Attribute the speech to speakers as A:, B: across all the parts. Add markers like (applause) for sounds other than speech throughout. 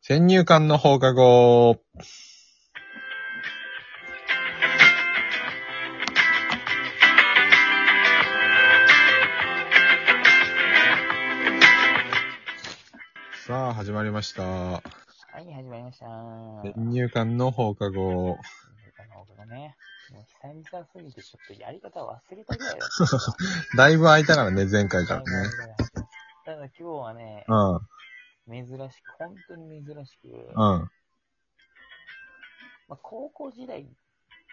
A: 先入観の放課後。さあ、始まりました。
B: はい、始まりました。
A: 先入観の放課後。
B: 放課後ね。もう久々すぎて、ちょっとやり方忘れたぐらいだっ
A: だいぶ空いたからね、前
B: た
A: 回からね。。
B: ただ今日はね
A: う、ん、
B: 珍しく、本当に珍しく、ま
A: うん、
B: あ、高校時代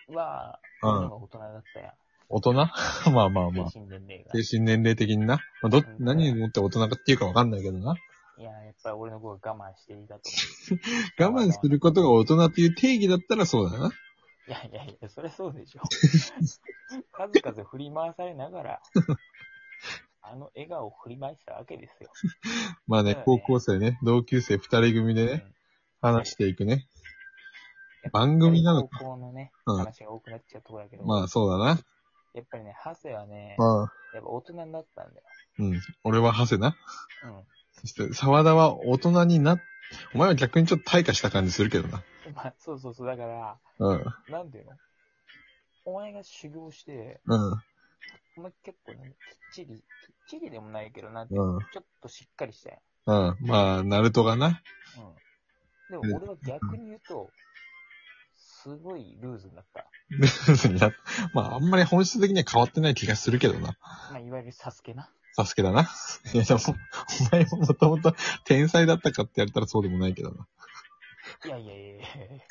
B: は、
A: う
B: 俺の
A: ん。
B: 方が大人だったや
A: 大人 (laughs) まあまあまあ
B: ん。。精神年齢が。
A: 精神年齢的にな。まあ、ど、何にもって大人かっていうかわかんないけどな。
B: いや、やっぱり俺の方が我慢してい
A: (laughs)
B: たと
A: 我慢することが大人っていう定義だったらそうだな。
B: 思う。いやいやいや、そりゃそ
A: (laughs)
B: うでしょ。数々振り回されながら、あの笑顔を振り回したわけですよ。
A: まあね
B: そうだ、ね
A: 高校生ね、同級生二人組で
B: うん
A: ね、話していくね。番組なの
B: 高校のね、
A: うん。
B: 話が多くなっちゃうところだけど、
A: まあそうだな。
B: やっぱりね、ハセはね、
A: まあ、
B: やっぱ大人になったんだよ。
A: うん。俺はハセな。
B: う
A: そして、沢田は大人になっ、お前は逆にちょっと退化した感じするけどな。
B: ん。まあ、そうそうそう、だから、
A: うん。
B: なんていうのお前が修行して、
A: うん。
B: お前結構ね、きっちり、きっちりでもないけど、なんていう
A: うん。
B: のちょっとしっかりしたよ。
A: うん。まあ、ナルトがな。 (laughs)
B: うん。でも俺は逆に言うと、すごいルーズになった。
A: まあ、あんまり本質的には変わってない気がするけどな。
B: まあ、いわゆるサスケな。
A: サスケだな。いや、でも、お前ももともと天才だったかって言われたらそうでもないけどな。
B: いやいやいやいやいや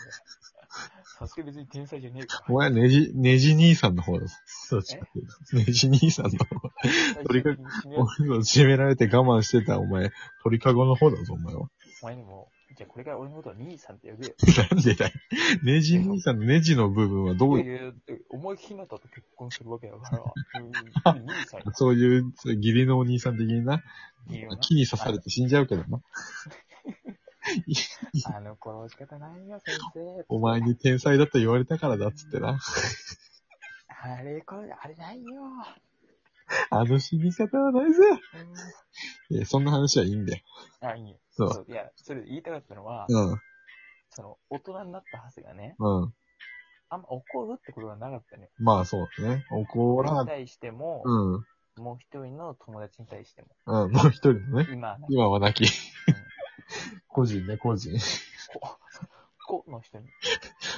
B: サスケ別に天才じゃねえか
A: お前はネジ、ネジ兄さんの方だぞ。そう違うネジ兄さんの
B: (laughs)
A: 方。
B: ら。
A: とにか
B: く、
A: 俺の締められて我慢してたお前、鳥かごの方だぞ、お前は。
B: お前にも、じゃあこれから俺のことは兄さんって呼べよ。
A: なんでだよ。ネジ兄さんのネジの部分はど
B: こ
A: う
B: う
A: いう、
B: いう、思いひなたと結婚するわけだから、うん兄さんや
A: そういう、そういう義理のお兄さん的にな、
B: いいよな
A: 木に刺されて死んじゃうけどな。
B: あの頃仕方ないよ、先生。
A: お前。に天才だと言われたからだっつってな。
B: あれ、これ、あれないよ。
A: あの死に方はないぜ。いや、そんな話はいいんだよ。
B: うん、あ、いいよ。
A: そう
B: そう。いや、それ言いたかったのは、
A: うん、
B: その、大人になったハセがね、
A: うん。
B: あんま怒るってことがなかったね。
A: まあそうだね。怒
B: 俺
A: ら
B: に
A: ない。
B: 対しても、
A: うん、
B: もう一人の友達に対しても、
A: うん、もう一人のね。
B: 今はね、
A: 今はなき。 (laughs) 個人ね、個人。
B: こ、この人に。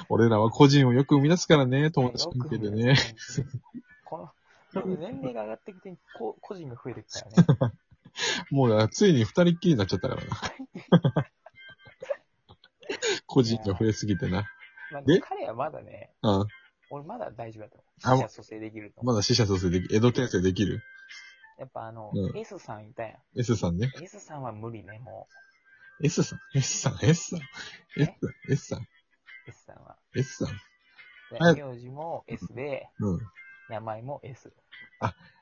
A: 俺らは個人をよく生み出すからね、友達関係でね。
B: この、僕年齢が上がってきて、こ個人が増えてきた
A: (laughs)
B: よね。
A: もうだからついに二人っきりになっちゃったからな。個人が増えすぎてな。
B: まあ、
A: で
B: 彼はまだね、
A: うん。
B: 俺まだ大丈夫だと
A: あ
B: 思う。死者蘇生できると思
A: ま
B: う。
A: だ死者蘇生でき、江戸転生できる
B: やっぱあの、
A: うん
B: S さんいたやん。
A: ?S さんね。
B: S さんは無理ね、も
A: S さん ?S さん ?S さん ?S さん ?S さん
B: う、S さんは。
A: ?S さん
B: で
A: はい
B: 名字も S で、
A: うん。
B: 名前も
A: (laughs)
B: S。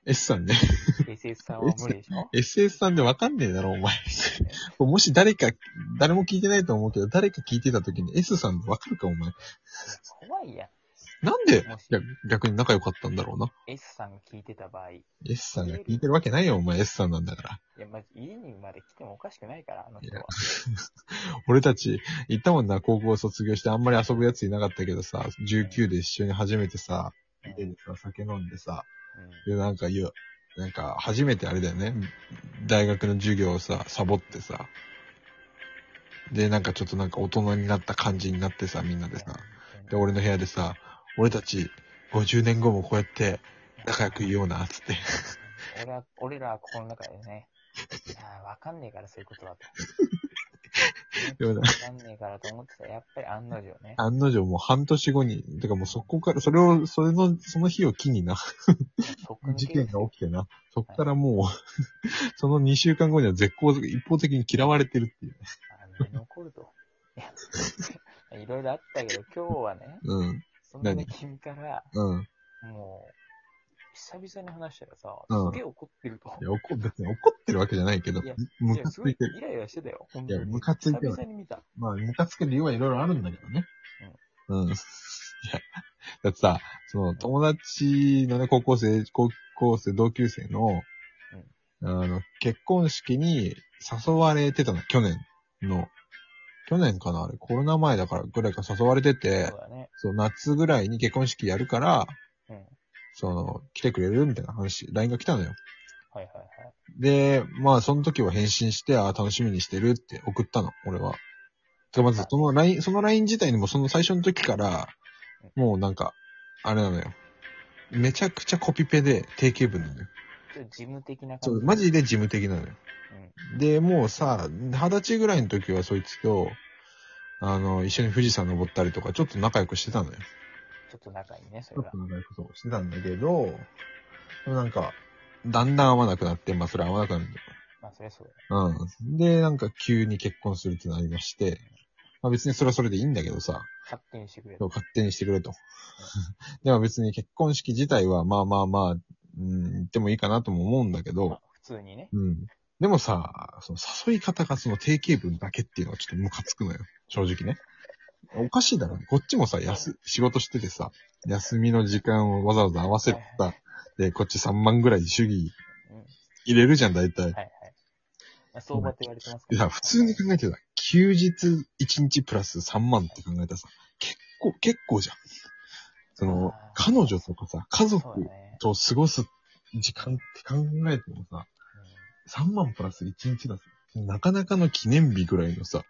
A: S さんね。
B: SS さんは無理でしょ
A: SS さんでわかんねえだろ、お前。もし誰か、誰も聞いてないと思うけど、誰か聞いてた時に S さんでわかるか、お前。
B: 怖いやん。
A: なんで
B: もし
A: 逆逆に仲良かったんだろうな。
B: S さんが聞いてた場合、い
A: S さんが聞いてるわけないよ、お前 S さんなんだから。
B: や、まず家にまで来てもおかしくないから、あの
A: い
B: 人
A: や
B: は。
A: 俺たち、行ったもんな、高校卒業してあんまり遊ぶやついなかったけどさ、19で一緒に初めてさ、
B: うん
A: 家でさ、酒飲んでさ、
B: うん
A: で、なんか言う、なんか、初めてあれだよね、大学の授業をさ、サボってさ、で、なんかちょっとなんか大人になった感じになってさ、みんなでさ、で、俺の部屋でさ、俺たち、50年後もこうやって仲良くいような、つって。
B: 俺は、俺らは心の中でね、いやーわかんねえからそういうことだと。
A: (laughs) でも
B: わ
A: な
B: かんねえからと思ってたら、やっぱり案の定ね。
A: 案の定もう半年後に、てかもうそこから、それを、それの、その日を機にな、
B: そっくん
A: 事件が起きてな、そっからもう、 (laughs) その2週間後には絶好、一方的に嫌われてるっていう。
B: あの残ると。 (laughs) いや、いろいろあっ
A: (laughs)
B: たけど、今日はね、
A: うん、
B: そんな
A: 何
B: に君から、
A: うん。
B: もう、久々に話したらさ、
A: うん
B: すげえ怒ってると。
A: いや、怒、別に怒ってるわけじゃないけど
B: いや、
A: ム
B: いや、
A: カ
B: す
A: つ
B: ごい
A: いてる。
B: イライラしてたよ。本
A: い
B: 当
A: や、
B: に
A: ムカつい
B: 久
A: ては
B: 々に見た。
A: まあ、ムカつく理由はいろいろあるんだけどね。うん。うん。い (laughs) や、だってさ、その、友達のね、高校生、高校生、同級生の、あの、結婚式に誘われてたの、去年の去年かなあれ、コロナ前だからぐらいから誘われてて
B: そ、うだね。
A: そう、夏ぐらいに結婚式やるから、
B: うん。はい
A: その、来てくれるみたいな話、LINE が来たのよ。
B: はいはい。
A: で、まあ、その時は返信して、ああ、楽しみにしてるって送ったの、俺は。てか、まず、その LINE、その LINE 自体にもその最初の時から、もうなんか、あれなのよ。めちゃくちゃコピペで定型文なのよ。
B: ちょっと事務的な感じ。
A: そう、マジで事務的なのよ。で、もうさ、二十歳ぐらいの時はそいつと、あの、一緒に富士山登ったりとか、ちょっと仲良くしてたのよ。
B: ちょっと仲いいね、そ
A: ちょっ
B: れは
A: と。長いことしてたんだけど、でもなんか、だんだん合わなくなって、まあそれ合わなくなるんだ
B: まあ、それはそうだ。
A: よ。うん。で、なんか急に結婚するってなりまして、まあ別にそれはそれでいいんだけどさ、
B: 勝手にしてくれる。
A: 勝手にしてくれと。 (laughs) でも別に結婚式自体はまあまあまあ、うん、言ってもいいかなとも思うんだけ
B: ま
A: ど
B: あ、普通にね。
A: うん。でもさ、その誘い方がその定型文だけっていうのはちょっとムカつくのよ。正直ね。おかしいだろ。こっちもさ、やす、仕事しててさ、休みの時間をわざわざ合わせてさ、で、こっち3万ぐらい主義
B: うん。はい
A: 入れるじゃん、大体。
B: はい。まあ、相場って言われてます
A: い
B: けど。
A: や、普通に考えてさ、休日1日プラス3万って考えたらさ、結構、結構じゃん。その
B: あー、
A: 彼女とかさ、家
B: そう
A: 族
B: だね。
A: と過ごす時間って考えてもさ、3万プラス1日だぜ。なかなかの記念日ぐらいのさ、
B: うん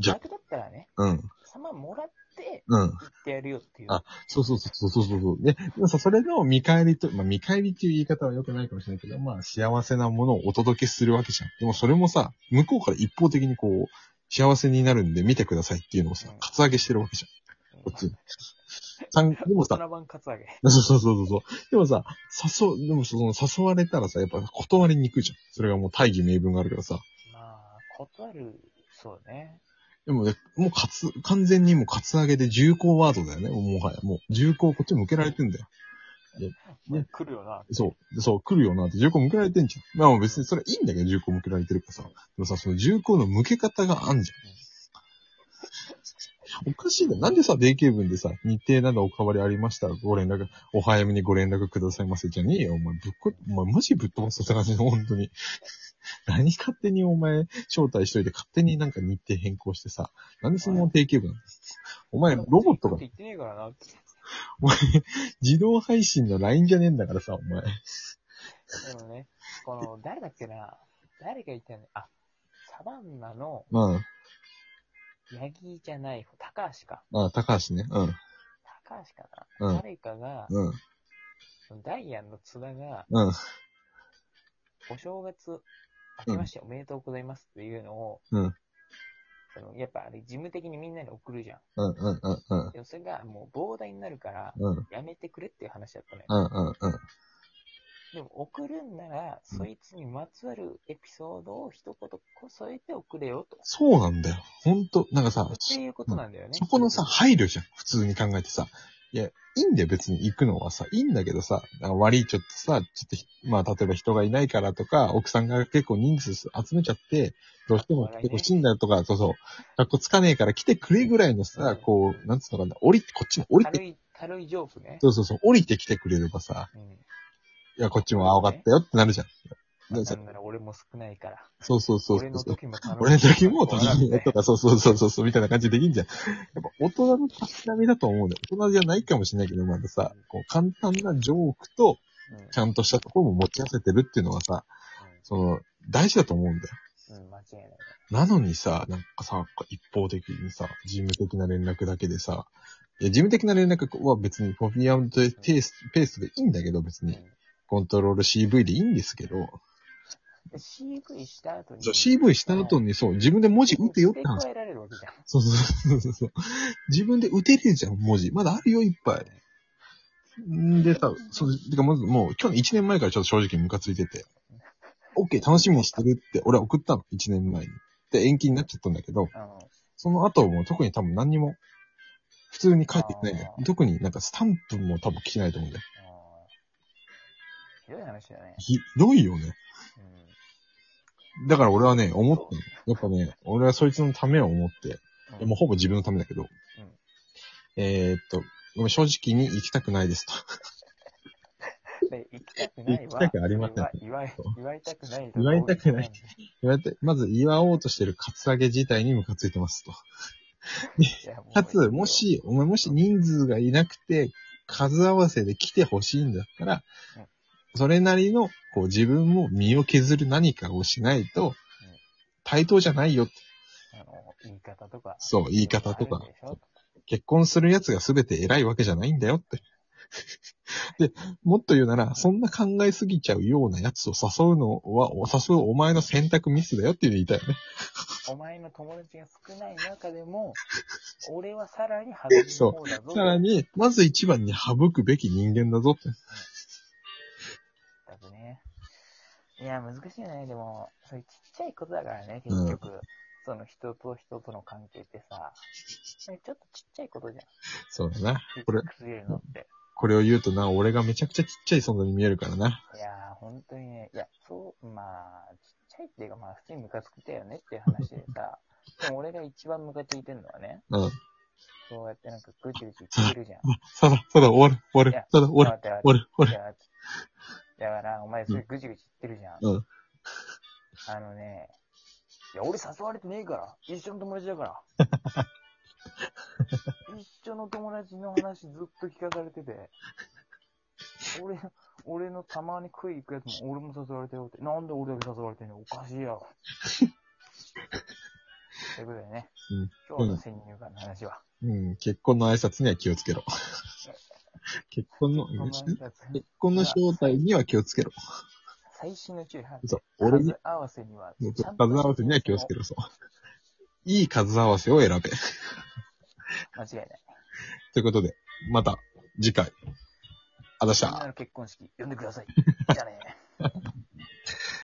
A: じゃ
B: 逆だったらね、
A: うん、
B: 3万もらって、
A: うん。
B: 行ってやるよっていう。
A: あそうそうそうそうそうそう。で、でもさ、それの見返りと、まあ見返りっていう言い方は良くないかもしれないけど、まあ幸せなものをお届けするわけじゃん。でもそれもさ、向こうから一方的にこう、幸せになるんで見てくださいっていうのをさ
B: うん、
A: カツアゲしてるわけじゃん。こっちに。さんでも
B: 大
A: さ、 (laughs)
B: 人版カツアゲ。
A: そうそうそうそう。でもさ、誘う、でもその誘われたらさ、やっぱ断りにくいじゃん。それがもう大義名分があるからさ。
B: まあ、断る、そうね。
A: でもね、もうかつ、完全にもうカツアゲで重厚ワードだよね、もはや。もう重厚こっち向けられてんだよ。ね
B: 来るよな。
A: そう。でそう、来るよなって重厚向けられてんじゃん。まあもう別にそれいいんだけど、重厚向けられてるからさ。でもさ、その重厚の向け方があんじゃん。おかしいだよ。なんでさ、定型文でさ、日程などお変わりありましたらご連絡、お早めにご連絡くださいませじゃねえよ。お前、ぶっこ、お前、マジぶっ飛ばすって感じの、本当に。何勝手にお前、招待しといて、勝手になんか日程変更してさ、なんでその定型文お前、ロボット
B: だっ
A: が
B: て言ってねえからな。
A: お前、自動配信の LINE じゃねえんだからさ、お前。
B: でもね、この、誰だっけな。誰が言ったよね。あ、サバンナの、
A: うん。
B: ヤギじゃない方、高橋か。
A: あ、高橋ね。うん。
B: 高橋かな、
A: うん
B: 誰かが、
A: うん。
B: ダイアンの津田が、
A: うん。
B: お正月、明けましておめでとうございますっていうのを、
A: うん
B: そのやっぱあれ、事務的にみんなに送るじゃん。
A: うん。うん。うん。うん。
B: でもそれがもう膨大になるから、
A: うん。
B: やめてくれっていう話だったのよ。
A: うん。うん。うん。
B: でも送るんなら、
A: うん
B: そいつにまつわるエピソードを一言添えて送れよと。
A: そうなんだよ。ほんと、なんかさ、
B: っていうことなんだよね。
A: そこのさ、配慮じゃん。普通に考えてさ。いや、いいんだよ、別に行くのはさ。いいんだけどさ、なんか悪いちょっとさ、ちょっとひ、まあ、例えば人がいないからとか、奥さんが結構人数集めちゃって、どうしても来てほしいんだよとか、そうそう、格好つかねえから来てくれぐらいのさ、こう、なんつうのかな、降りて、こっちも降りて、
B: 軽い、軽いジョークね。
A: そうそうそう、降りてきてくれればさ、
B: うん。
A: いや、こっちも青かったよってなるじゃん。だか
B: な
A: ら
B: んなら俺も少ないから。
A: そうそうそうそ
B: 俺の
A: うそう。
B: 時も頼む
A: 俺の時も楽しみ
B: ね
A: だとか、そうそうそうそうそう、みたいな感じでできんじゃん。やっぱ大人のたしなみだと思うね。大人じゃないかもしれないけど、まださ、こう簡単なジョークと、ちゃんとしたところも持ち合わせてるっていうのがさ、その、大事だと思うんだよ。
B: うん、うん間違いない。
A: なのにさ、なんかさ、一方的にさ、事務的な連絡だけでさ、いや、事務的な連絡は別にコピーアンドペース、ペースでいいんだけど、別に。コントロール CV でいいんですけど、
B: で CV した後に。
A: そう CV した後にそう、自分で文字打てよって話
B: 付。け加えられるわけじゃん。
A: そうそうそうそう。自分で打てるじゃん、文字。まだあるよ、いっぱい。んでさ、そう、てかまずもう、去年1年前からちょっと正直ムカついてて。OK、楽しみにしてるって、俺は送ったの、1年前に。で、延期になっちゃったんだけど、
B: うん。
A: その後も特に多分何にも、普通に書いてきてないんだよ
B: あ。ー
A: 特になんかスタンプも多分来てないと思うんだよ。
B: ひどい話だね。
A: ひどいよね。
B: うん。
A: だから俺はね、思ったの。やっぱね、俺はそいつのためを思って、
B: う
A: で
B: ん
A: もうほぼ自分のためだけど。えーっと、ごめん、正直に行きたくないですと。
B: で行きたくないわ。
A: 行きたくありません
B: 祝い、祝いたくない。
A: 祝いたくない。 (laughs) 言われて、まず祝おうとしてるカツアゲ自体にムカついてますと。
B: いやもう
A: かつ、もし、お前もし人数がいなくて、数合わせで来てほしいんだったら
B: うん、
A: それなりの、こう自分も身を削る何かをしないと、対等じゃないよって。
B: あの、言い方とか。
A: そう、言い方と
B: あ
A: か
B: る。でしょ
A: 結婚する奴が全て偉いわけじゃないんだよって。 (laughs) で、もっと言うなら、そんな考えすぎちゃうような奴を誘うのは、お誘うお前の選択ミスだよって言いたいよね。
B: お前の友達が少ない中
A: (laughs)
B: でも、俺はさらに外れる方だぞ。
A: さらに、まず一番に省くべき人間だぞって。
B: だとね。いや、難しいよね。でも、それちっちゃいことだからね、結局。その人と人との関係って
A: (laughs)
B: さ、ちょっとちっちゃいことじゃん。
A: そうだな。これ、
B: 崩れるのって。
A: これを言うとな、俺がめちゃくちゃちっちゃい存在に見えるからな。
B: いやー、本当にね、いや、そう、まあ、ちっちゃいっていうか、まあ、普通にムカつくてよねっていう話でさ、
A: (laughs)
B: でも俺が一番ムカついてるのはね、
A: うん。
B: そうやってなんかぐちぐち言って
A: (laughs)
B: るじゃん。
A: そうだ、そうだ、終わる、終
B: い
A: わ
B: や
A: る、そうだ、終わ
B: だって
A: る、終わる、終わ
B: い
A: る。
B: やだから、お前それぐちぐち言ってるじゃん。
A: うん
B: あのね、いや、俺誘われてねえから。一緒の友達だから。
A: (laughs)
B: 一緒の友達の話ずっと聞かされてて。俺、俺のたまに食い行くやつも俺も誘われてよって。なんで俺だけ誘われてんのおかしいやろ。ということでね。
A: うん
B: 今日の先入観の話は。
A: うん、結婚の挨拶には気をつけろ。 (laughs) 結婚の、
B: この
A: 結
B: 挨拶
A: 婚の正体には気をつけろ。
B: 最新の注意は
A: そう、俺に
B: 数、合わせには、
A: 数合わせには気をつけ
B: る。
A: ろ、そう。いい数合わせを選べ。
B: 間違いない。
A: ということで、また次回。あざした
B: みん。なの結婚式、呼んでください。じゃあね。